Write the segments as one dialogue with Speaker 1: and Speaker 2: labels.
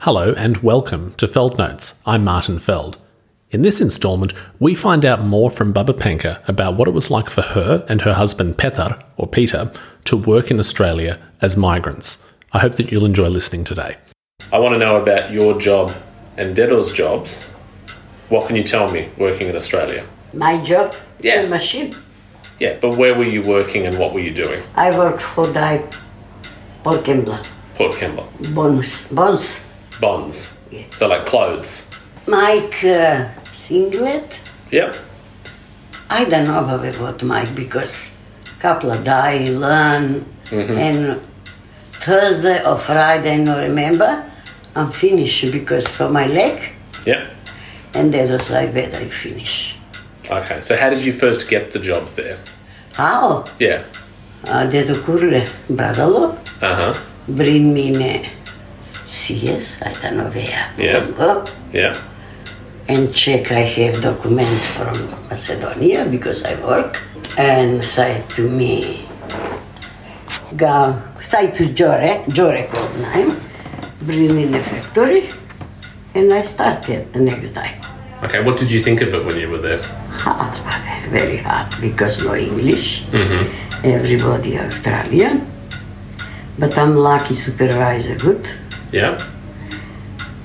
Speaker 1: Hello and welcome to Feld Notes. I'm Martin Feld. In this installment, we find out more from Baba Panka about what it was like for her and her husband Petar, or Peter, to work in Australia as migrants. I hope that you'll enjoy listening today. I want to know about your job and Dedo's jobs. What can you tell me working in Australia?
Speaker 2: My job?
Speaker 1: Yeah.
Speaker 2: The machine.
Speaker 1: Yeah, but where were you working and what were you doing?
Speaker 2: I work for the Paul Kembla.
Speaker 1: Port Kembla.
Speaker 2: Bones. Bones.
Speaker 1: Bonds. So, like clothes.
Speaker 2: Mike uh, singlet.
Speaker 1: Yep.
Speaker 2: I don't know about what Mike because couple of die, learn,
Speaker 1: Mm-hmm.
Speaker 2: and Thursday or Friday, no remember, I'm finished because of my leg,
Speaker 1: Yep.
Speaker 2: and that was like that I finish.
Speaker 1: Okay, so how did you first get the job there?
Speaker 2: How?
Speaker 1: Yeah.
Speaker 2: Uh, that Kurle, Bradalo,
Speaker 1: Uh huh.
Speaker 2: bring me in a CS, I don't know where,
Speaker 1: Yeah.
Speaker 2: Go.
Speaker 1: Yeah.
Speaker 2: and check I have document from Macedonia because I work and say to me go say to Jore Jore called name bring in the factory and I started the next day
Speaker 1: Okay, what did you think of it when you were there?
Speaker 2: hard very hard because no English everybody Australian but I'm lucky supervisor good
Speaker 1: Yeah.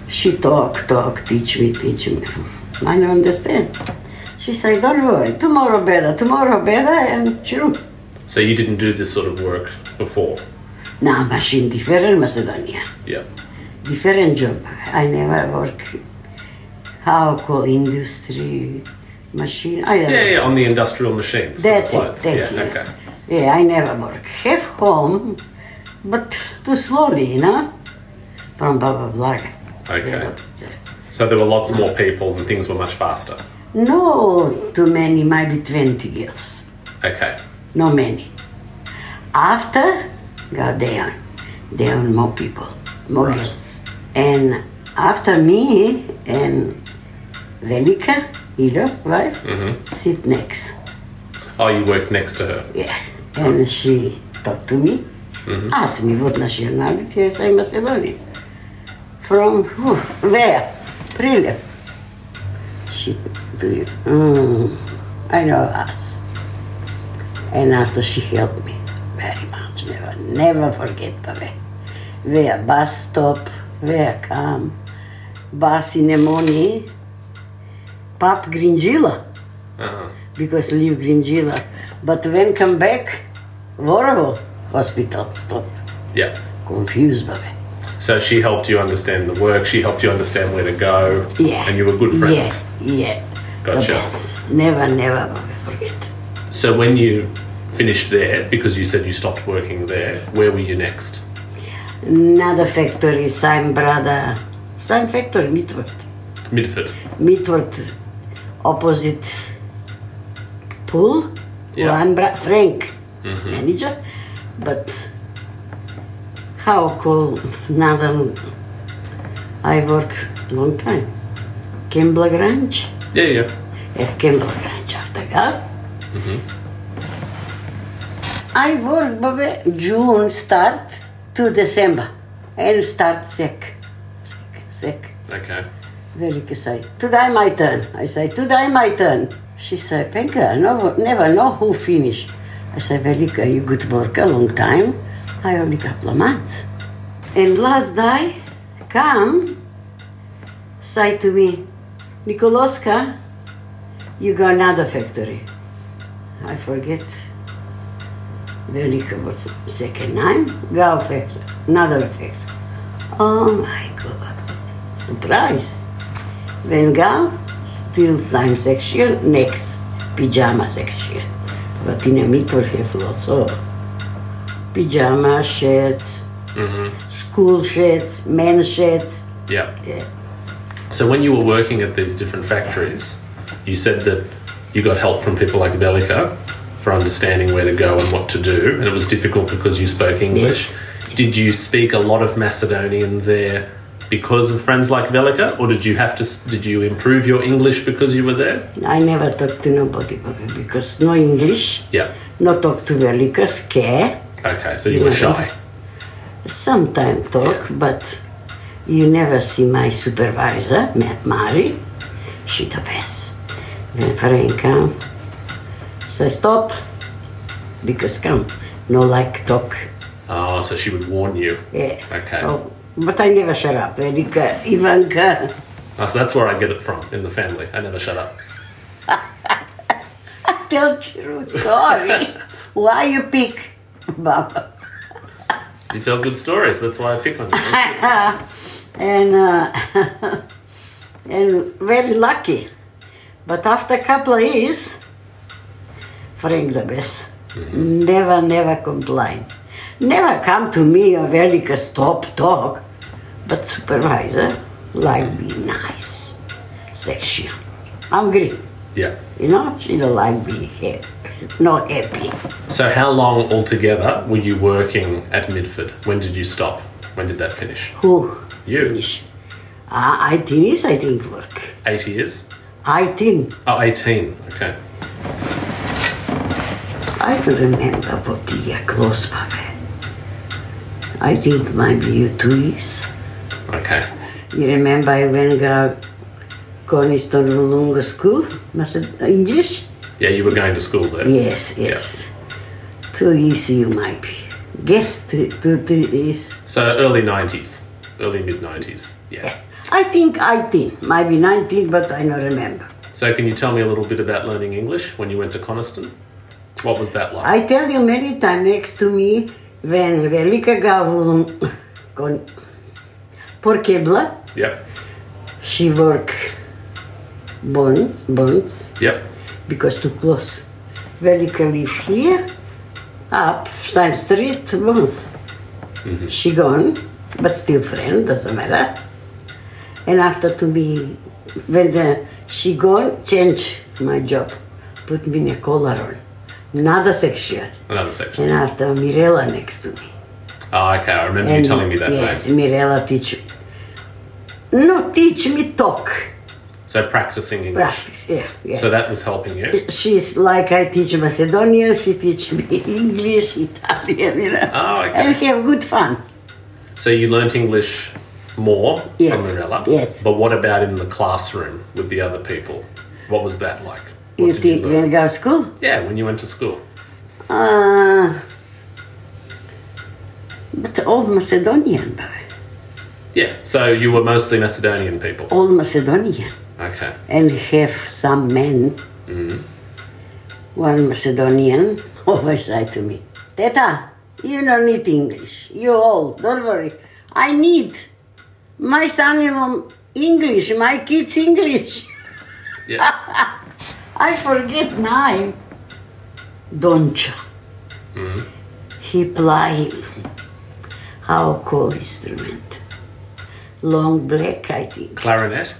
Speaker 2: She talk, talk, teach me, teach me. I don't understand. She say, don't worry, tomorrow better, tomorrow better, and true.
Speaker 1: So you didn't do this sort of work before?
Speaker 2: Now machine different Macedonia,
Speaker 1: Yeah.
Speaker 2: different job. I never work. How call industry, machine? I don't
Speaker 1: Yeah,
Speaker 2: know.
Speaker 1: yeah, on the industrial machines. for the
Speaker 2: That's it.
Speaker 1: clients.
Speaker 2: Thank
Speaker 1: yeah,
Speaker 2: you.
Speaker 1: okay.
Speaker 2: Yeah, I never work. Have home, but too slowly, you know. From Baba Blaga.
Speaker 1: Okay. So there were lots more people and things were much faster.
Speaker 2: No, too many, maybe twenty girls.
Speaker 1: Okay.
Speaker 2: No many. After, got down. Down more people, more girls. And after me and Velika, Ilo, right? Sit next.
Speaker 1: Oh, you worked next to her.
Speaker 2: Yeah. And she talked to me, asked me what nationality I say Macedonian. From who? Where? Prilep. She do you? Mm, I know us. And after she helped me very much. Never, never forget Babe. Where bus stop, where come, bus in the morning, pub Gringilla
Speaker 1: Uh-huh.
Speaker 2: because leave Gringila. But when come back, Vorovo hospital stop.
Speaker 1: Yeah.
Speaker 2: Confused, baby.
Speaker 1: So she helped you understand the work, she helped you understand where to go.
Speaker 2: Yeah.
Speaker 1: And you were good friends.
Speaker 2: Yeah, yeah.
Speaker 1: Gotcha.
Speaker 2: The best. Never, never, baby, forget.
Speaker 1: So when you finished there, because you said you stopped working there, where were you next?
Speaker 2: Another factory, same brother, same factory, Midward.
Speaker 1: Midford.
Speaker 2: Midward, opposite pool.
Speaker 1: Yeah.
Speaker 2: One bra- Frank, manager. But how cool, another, I work long time. Kembla Grange.
Speaker 1: Yeah, yeah.
Speaker 2: at Kimball Ranch after that. I work Bobby, June start to December and start sick. Sick, sick.
Speaker 1: Okay.
Speaker 2: Velika say, today my turn. I say, today my turn. She say, Penka, no, never know who finish. I say, Velika, you good worker, long time. I only couple of months. And last day, come, say to me, Nikoloska, you go another factory. I forget. Velika was second name, go factory, another factory. Oh my god, surprise. When go, still same section, next pajama section. But in a midwest have lots of pajama shirts, school shirts, men's shirts.
Speaker 1: Yeah.
Speaker 2: Yeah.
Speaker 1: So when you were working at these different factories, you said that you got help from people like Velika for understanding where to go and what to do, and it was difficult because you spoke English. Did you speak a lot of Macedonian there because of friends like Velika, or did you have to? s- Did you improve your English because you were there?
Speaker 2: I never talk to nobody Bobby, because no English,
Speaker 1: Yeah.
Speaker 2: no talk to Velika, scare.
Speaker 1: Okay, so you were
Speaker 2: Yeah.
Speaker 1: shy.
Speaker 2: Sometimes talk, but You never see my supervisor, Ma- Mari. She the best. When Frank come, say stop, because come, no like talk.
Speaker 1: Oh, so she would warn you.
Speaker 2: Yeah.
Speaker 1: Okay.
Speaker 2: Oh, but I never shut up. Erika, Ivanka.
Speaker 1: Oh, so that's where I get it from in the family. I never shut up.
Speaker 2: Tell true story. Why you pick, Baba?
Speaker 1: You tell good stories. That's why I pick on you.
Speaker 2: and uh, and very lucky. But after a couple of years, Frank the best. Never, never complain. Never come to me or Velika stop talk. But supervisor like be nice. Section. Hungry.
Speaker 1: yeah.
Speaker 2: You know, she don't like be happy. Not happy.
Speaker 1: So how long altogether were you working at Midford? When did you stop? When did that finish?
Speaker 2: Who?
Speaker 1: You.
Speaker 2: Finish. Uh, 18 is, I think, work.
Speaker 1: Eight years?
Speaker 2: 18.
Speaker 1: Oh, 18. Okay.
Speaker 2: I don't remember what the year close, Papa. I think maybe you two years.
Speaker 1: Okay.
Speaker 2: You remember I went to Coniston Rulunga School, Maced- English?
Speaker 1: Yeah, you were going to school there.
Speaker 2: Yes, yes. Two years you might be. Guess two, two, three years.
Speaker 1: So early 90s. Early mid 90s. Yeah.
Speaker 2: I think 18, maybe 19, but I don't remember.
Speaker 1: So can you tell me a little bit about learning English when you went to Coniston? What was that like?
Speaker 2: I tell you many times next to me when Velika Gavulum con Porkebla
Speaker 1: Yep.
Speaker 2: She work bonds, bonds
Speaker 1: Yep.
Speaker 2: because too close. Velika live here, up same street bonds.
Speaker 1: Mm-hmm.
Speaker 2: She gone, but still friend doesn't matter. And after to me, when the, she gone, change my job, put me in a collar on, another section,
Speaker 1: Another section.
Speaker 2: and after Mirella next to me.
Speaker 1: Oh, okay. I remember you telling me that.
Speaker 2: yes,
Speaker 1: name.
Speaker 2: Mirella teach. No, teach me talk.
Speaker 1: So practicing English.
Speaker 2: practice. Yeah, yeah.
Speaker 1: So that was helping you.
Speaker 2: She's like I teach Macedonian, she teach me English, Italian, you know.
Speaker 1: Oh, okay.
Speaker 2: And we have good fun.
Speaker 1: So you learnt English more
Speaker 2: Yes,
Speaker 1: from Marilla.
Speaker 2: yes.
Speaker 1: But what about in the classroom with the other people? What was that like? What
Speaker 2: you
Speaker 1: did
Speaker 2: think
Speaker 1: learn?
Speaker 2: when go to school?
Speaker 1: Yeah, when you went to school.
Speaker 2: Uh, but all Macedonian, but
Speaker 1: Yeah. So you were mostly Macedonian people.
Speaker 2: all Macedonian,
Speaker 1: Okay.
Speaker 2: and have some men.
Speaker 1: Mm-hmm.
Speaker 2: One Macedonian always say to me, "Teta, you don't need English. You old. Don't worry. I need my son-in-law English. My kids English."
Speaker 1: Yeah.
Speaker 2: I forget name. Doncha.
Speaker 1: Mm-hmm.
Speaker 2: He play how called instrument? Long black, I think.
Speaker 1: Clarinet.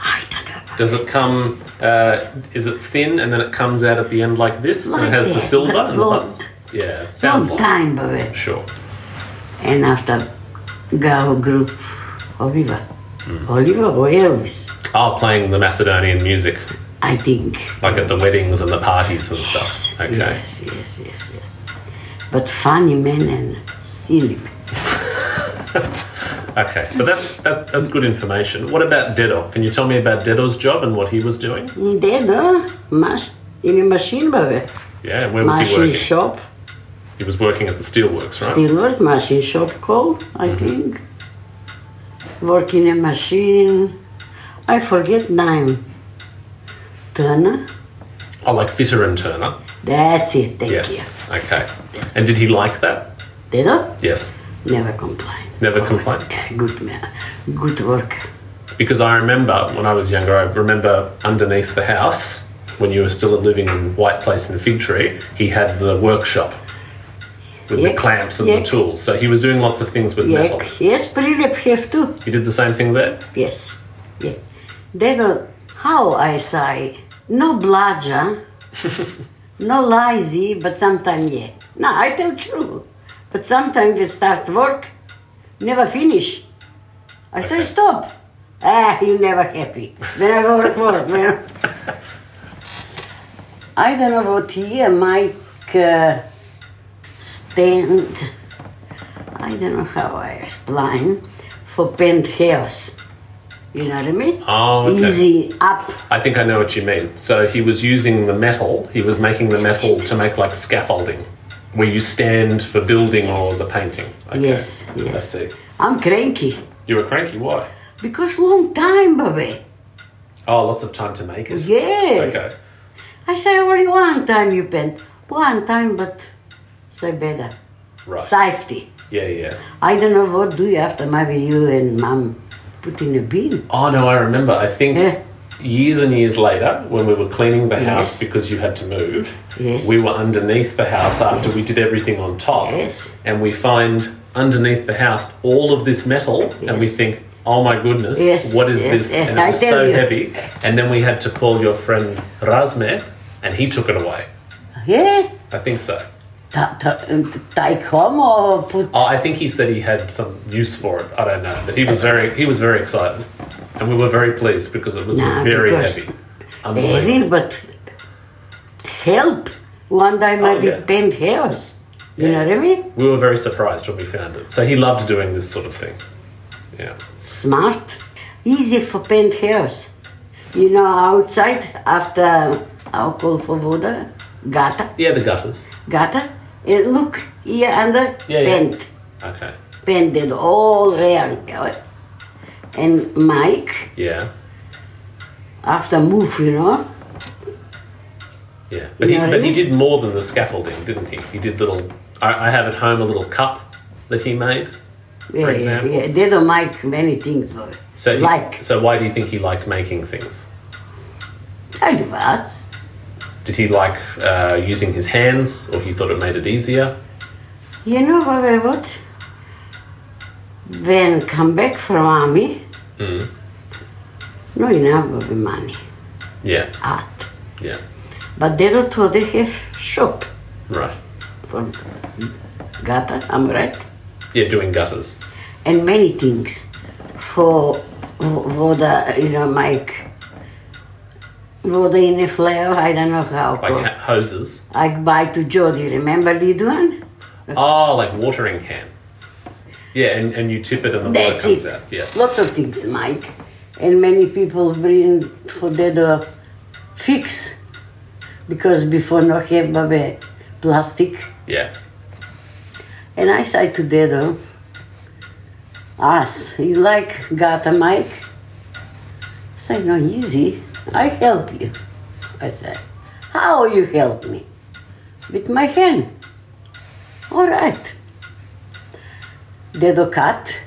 Speaker 2: I don't know.
Speaker 1: Does it come? Uh, is it thin and then it comes out at the end like this? and
Speaker 2: Like
Speaker 1: it has the
Speaker 2: this,
Speaker 1: silver
Speaker 2: but
Speaker 1: and the
Speaker 2: long-
Speaker 1: buttons. Yeah. Sounds
Speaker 2: Long
Speaker 1: like.
Speaker 2: time, Baba.
Speaker 1: Sure.
Speaker 2: And after Gao group, Oliver.
Speaker 1: Mm-hmm.
Speaker 2: Oliver or Elvis,
Speaker 1: Oh, playing the Macedonian music,
Speaker 2: I think.
Speaker 1: like at the weddings and the parties and stuff. Okay.
Speaker 2: Yes, yes, yes, yes. But funny man and silly man.
Speaker 1: Okay, so that's that, that's good information. What about Dedo? Can you tell me about Dedo's job and what he was doing?
Speaker 2: Dead, huh? Mas- in a machine, Baba.
Speaker 1: Yeah, where was he
Speaker 2: Machine
Speaker 1: working?
Speaker 2: shop.
Speaker 1: He was working at the steelworks, right?
Speaker 2: Steelworth machine shop call, I
Speaker 1: Mm-hmm.
Speaker 2: think. Work in a machine. I forget name. Turner.
Speaker 1: Oh, like Fitter and Turner.
Speaker 2: That's it. Thank
Speaker 1: Yes. Okay. And did he like that?
Speaker 2: you. Did I?
Speaker 1: Yes.
Speaker 2: Never complain. Oh,
Speaker 1: Never complained.
Speaker 2: Yeah, good man. Good work.
Speaker 1: Because I remember when I was younger, I remember underneath the house when you were still living in White Place in Fig Tree, he had the workshop with
Speaker 2: Yeah.
Speaker 1: the clamps and
Speaker 2: Yeah.
Speaker 1: the tools. So he was doing lots of things with
Speaker 2: Yeah.
Speaker 1: metal.
Speaker 2: Yes, Prilip have too.
Speaker 1: He did the same thing there.
Speaker 2: Yes. Yeah. They don't, how I say, no bludger, no lazy, but sometimes yeah. No, I tell true. But sometimes we start work, never finish. I say stop. Ah, you never happy. When I work, work, when I don't know what year Mike uh, stand. I don't know how I explain. for penthouse. You know what I mean?
Speaker 1: Oh, okay.
Speaker 2: Easy up.
Speaker 1: I think I know what you mean. So he was using the metal, he was making the metal to make like scaffolding, where you stand for building or the painting. Okay.
Speaker 2: Yes,
Speaker 1: I
Speaker 2: yes.
Speaker 1: see.
Speaker 2: I'm cranky
Speaker 1: You were cranky, why?
Speaker 2: because long time, baby.
Speaker 1: Oh, lots of time to make it.
Speaker 2: Yeah.
Speaker 1: Okay.
Speaker 2: I say only one time you paint, one time, but say better.
Speaker 1: Right.
Speaker 2: Safety.
Speaker 1: yeah, yeah.
Speaker 2: I don't know what do you after maybe you and mom put in a bin.
Speaker 1: Oh no, I remember. I think
Speaker 2: Yeah.
Speaker 1: years and years later, when we were cleaning the house
Speaker 2: Yes.
Speaker 1: because you had to move,
Speaker 2: Yes.
Speaker 1: we were underneath the house after we did everything on top,
Speaker 2: Yes.
Speaker 1: and we find underneath the house all of this metal, and we
Speaker 2: Yes.
Speaker 1: think. Oh my goodness,
Speaker 2: Yes,
Speaker 1: what is
Speaker 2: yes,
Speaker 1: this?
Speaker 2: eh,
Speaker 1: And it
Speaker 2: I
Speaker 1: was
Speaker 2: tell
Speaker 1: so
Speaker 2: you.
Speaker 1: heavy. And then we had to call your friend Razme and he took it away.
Speaker 2: Yeah.
Speaker 1: I think so.
Speaker 2: Ta- ta- um, t- take home or put.
Speaker 1: Oh, I think he said he had some use for it. I don't know. But he was very he was very excited. And we were very pleased because it was
Speaker 2: No,
Speaker 1: very
Speaker 2: because
Speaker 1: heavy. Oh,
Speaker 2: Heavy, but help. One day maybe
Speaker 1: Oh, yeah.
Speaker 2: paint house. You
Speaker 1: Yeah.
Speaker 2: know what I mean?
Speaker 1: We were very surprised when we found it. So he loved doing this sort of thing. Yeah.
Speaker 2: Smart, easy for paint house. You know, outside after alcohol for water, gutter,
Speaker 1: Yeah, the gutters.
Speaker 2: gutter, and look here under
Speaker 1: Yeah, yeah.
Speaker 2: paint,
Speaker 1: Okay.
Speaker 2: painted all around. And Mike,
Speaker 1: Yeah.
Speaker 2: after move, you know,
Speaker 1: Yeah. But he
Speaker 2: Yeah,
Speaker 1: but he
Speaker 2: yeah.
Speaker 1: did more than the scaffolding, didn't he? He did little I, I have at home a little cup that he made.
Speaker 2: yeah,
Speaker 1: example?
Speaker 2: yeah, they don't like many things, but
Speaker 1: So he,
Speaker 2: like
Speaker 1: so why do you think he liked making things?
Speaker 2: kind of us.
Speaker 1: Did he like uh, using his hands or he thought it made it easier?
Speaker 2: You know, Baba, what? When come back from army,
Speaker 1: Mm.
Speaker 2: no enough of the money,
Speaker 1: Yeah.
Speaker 2: art.
Speaker 1: Yeah.
Speaker 2: But they don't thought they have shop
Speaker 1: Right.
Speaker 2: for gutter, I'm right,
Speaker 1: Yeah, doing gutters.
Speaker 2: and many things for water, you know, make water in a flower, I don't know how.
Speaker 1: Like ha- hoses.
Speaker 2: I buy to Jody, remember Lidwan?
Speaker 1: Oh, like watering can. Yeah, and, and you tip it and the water
Speaker 2: That's
Speaker 1: comes
Speaker 2: it.
Speaker 1: out. Yeah.
Speaker 2: Lots of things, Mike. And many people bring for that uh, fix because before no have babe plastic.
Speaker 1: Yeah.
Speaker 2: And I say to that uh, us, you like got a mic? Say no easy. I help you. I say, how you help me? With my hand. All right. Dedo cut.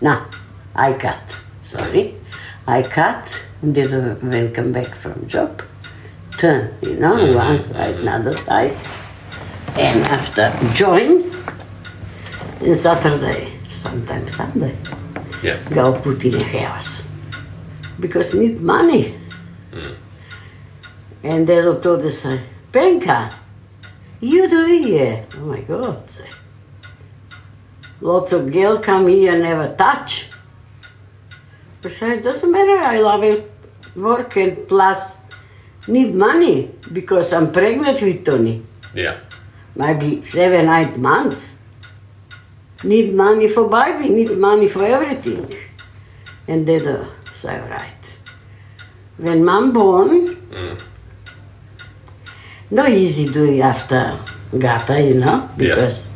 Speaker 2: No, I cut. Sorry. I cut. Dedo when come back from job. Turn, you know, one side, another side. And after join, in Saturday, sometimes Sunday,
Speaker 1: Yeah.
Speaker 2: go put in a house. Because need money. And they looked at us say, Benka, you do it here. Oh my God, say. Lots of girl come here and never touch. I say, it doesn't matter, I love it. Work and plus need money because I'm pregnant with Tony
Speaker 1: Yeah.
Speaker 2: maybe seven, eight months. Need money for baby, need money for everything. And they do, so right. When mom born,
Speaker 1: Mm.
Speaker 2: no easy doing after gata, you know, because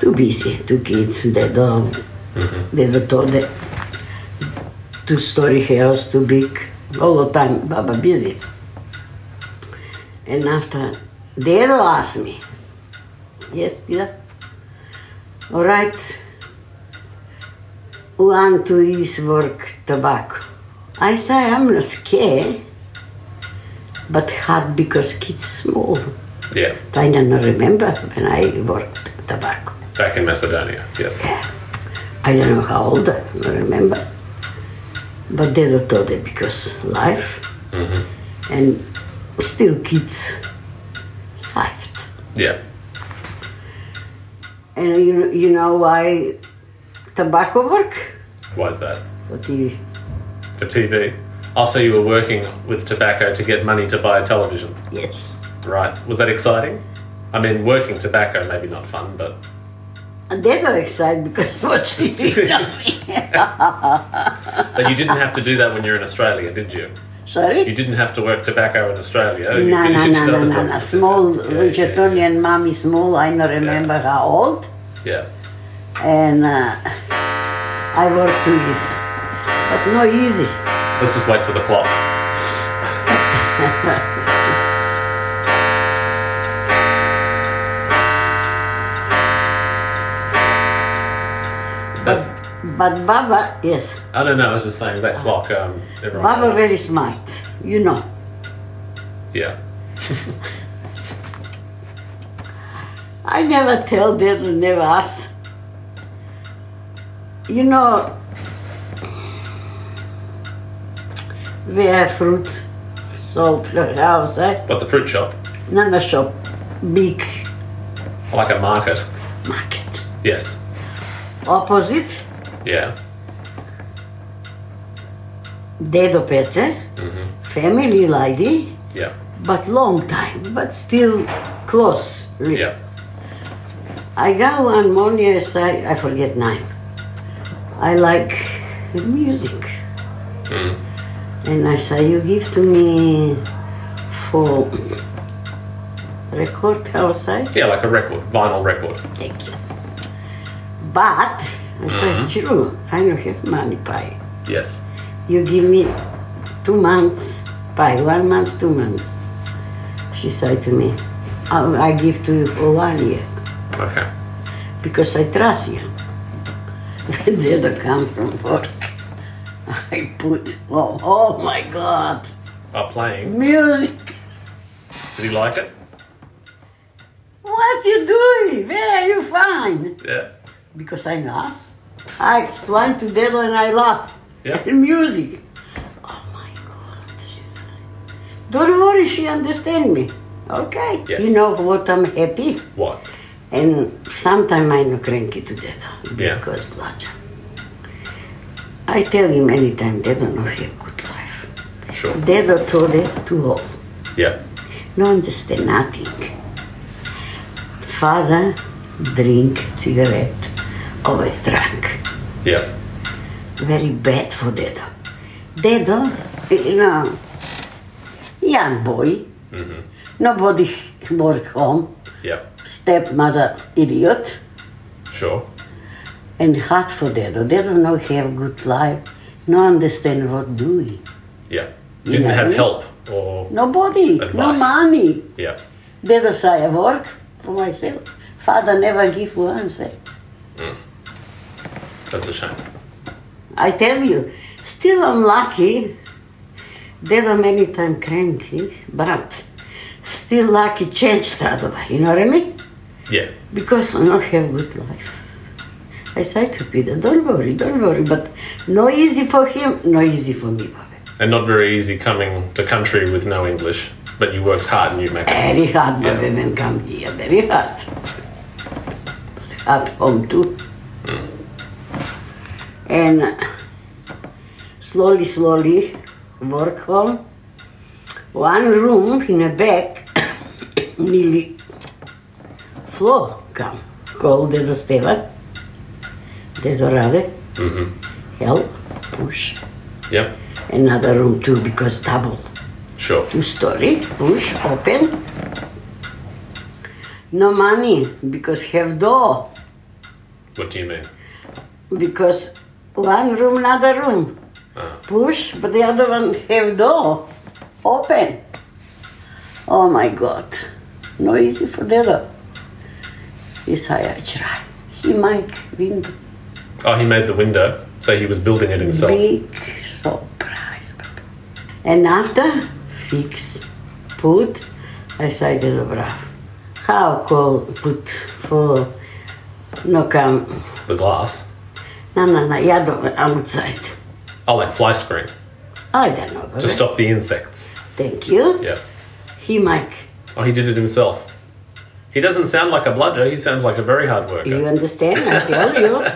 Speaker 2: too busy, two kids, they do, they do to the two story house, too big, all the time, Baba busy. And after, they do ask me, yes, Peter, all right, want to is work tobacco. I say I'm not scared, but hard because kids small.
Speaker 1: Yeah.
Speaker 2: I don't remember when I worked tobacco.
Speaker 1: Back in Macedonia. Yes.
Speaker 2: Yeah. I don't know how old, I don't remember. But they don't thought it because life and still kids saved.
Speaker 1: Yeah.
Speaker 2: And you, you know why tobacco work?
Speaker 1: Why's that?
Speaker 2: For TV.
Speaker 1: For TV. Also, you were working with tobacco to get money to buy a television.
Speaker 2: Yes.
Speaker 1: Right. Was that exciting? I mean, working tobacco, maybe not fun, but
Speaker 2: They don't excite because you watch TV, you know what I mean?
Speaker 1: But you didn't have to do that when you're in Australia, did you? You
Speaker 2: Sorry?
Speaker 1: didn't have to work tobacco in Australia. You
Speaker 2: No,
Speaker 1: did
Speaker 2: no,
Speaker 1: it in
Speaker 2: no, no,
Speaker 1: other
Speaker 2: no, no.
Speaker 1: places,
Speaker 2: Small,
Speaker 1: didn't you?
Speaker 2: rich Italian mommy, small. I don't remember how old.
Speaker 1: Yeah.
Speaker 2: And uh, I worked two years. But no easy.
Speaker 1: Let's just wait for the clock. That's.
Speaker 2: But Baba, yes.
Speaker 1: I don't know. I was just saying that clock. Um, everyone.
Speaker 2: Baba very smart. You know.
Speaker 1: Yeah.
Speaker 2: I never tell that and never ask. You know, we have fruit, sold her house, eh?
Speaker 1: But the fruit shop,
Speaker 2: Nana shop, big
Speaker 1: like a market.
Speaker 2: market.
Speaker 1: Yes.
Speaker 2: Opposite,
Speaker 1: Yeah.
Speaker 2: dedo pece, eh? family lady,
Speaker 1: Yeah.
Speaker 2: but long time, but still close. really.
Speaker 1: Yeah.
Speaker 2: I go one morning, I say, I forget name. I like the music. And I say, you give to me for record house, I
Speaker 1: Yeah, like a record, vinyl record.
Speaker 2: take you. But, I say, true, I don't have money pay.
Speaker 1: Yes.
Speaker 2: You give me two months pay, one month, two months. She said to me, "Oh, I, I give to you for one year.
Speaker 1: Okay.
Speaker 2: because I trust you. When did I come from work? I put, oh, oh my God,
Speaker 1: Are playing.
Speaker 2: music.
Speaker 1: Did he like it?
Speaker 2: What you doing? Where are you fine?
Speaker 1: Yeah.
Speaker 2: Because I'm us. I explain to Dad and I laugh.
Speaker 1: Yeah.
Speaker 2: The music. Oh my God, she said. Don't worry, she understand me. Okay.
Speaker 1: Yes.
Speaker 2: You know what I'm happy.
Speaker 1: What?
Speaker 2: And sometimes I no cranky to Deda
Speaker 1: Yeah.
Speaker 2: because plaća. I tell him anytime Deda no have good life.
Speaker 1: Sure.
Speaker 2: Dedo told him to all.
Speaker 1: Yeah.
Speaker 2: No understand nothing. Father drink cigarette, always drunk.
Speaker 1: Yeah.
Speaker 2: Very bad for Dedo. Dedo, you know, young boy. Nobody work home.
Speaker 1: Yeah.
Speaker 2: Stepmother idiot.
Speaker 1: Sure.
Speaker 2: and hard for that. They don't know have good life, no understand what doing.
Speaker 1: Yeah. Didn't
Speaker 2: Yeah.
Speaker 1: have help or
Speaker 2: Nobody, no
Speaker 1: Advice.
Speaker 2: money.
Speaker 1: yeah.
Speaker 2: They don't say I work for myself. Father never give one cent.
Speaker 1: That's a shame.
Speaker 2: I tell you, still unlucky. They don't many time cranky, but still lucky change straight away. You know what I mean?
Speaker 1: Yeah.
Speaker 2: Because I don't have good life. I say to Peter, don't worry, don't worry, but no easy for him, no easy for me, Bobby.
Speaker 1: And not very easy coming to country with no English, but you worked hard and you make it.
Speaker 2: Very hard,
Speaker 1: Yeah.
Speaker 2: my women come here, very hard. But hard home too. And uh, slowly, slowly, work home. One room in the back, nearly floor come. Call Dedo Stevan, Dedo Rade, help, push.
Speaker 1: Yep.
Speaker 2: Another room too, because double
Speaker 1: Sure.
Speaker 2: two story, push, open. No money because have door.
Speaker 1: What do you mean?
Speaker 2: Because one room, another room.
Speaker 1: Ah.
Speaker 2: Push, but the other one have door. Open. Oh my god. No easy for the other. He say I try. He make window.
Speaker 1: Oh, he made the window, so he was building it himself.
Speaker 2: Big surprise. baby. And after, fix, put, I say to the brav. How call put for no come,
Speaker 1: The glass.
Speaker 2: no, no, no, yeah, the- outside.
Speaker 1: Oh, like fly screen
Speaker 2: I don't know. baby.
Speaker 1: to stop the insects.
Speaker 2: Thank you.
Speaker 1: Yeah.
Speaker 2: He Mike,
Speaker 1: Oh, he did it himself. He doesn't sound like a bludger. He sounds like a very hard worker.
Speaker 2: you understand? I tell you.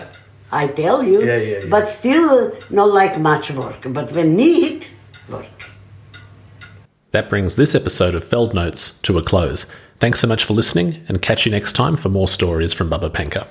Speaker 2: I tell you.
Speaker 1: Yeah, yeah, yeah.
Speaker 2: But still not like much work. But when need, work.
Speaker 1: That brings this episode of Feld Notes to a close. Thanks so much for listening, and catch you next time for more stories from Bubba Panker.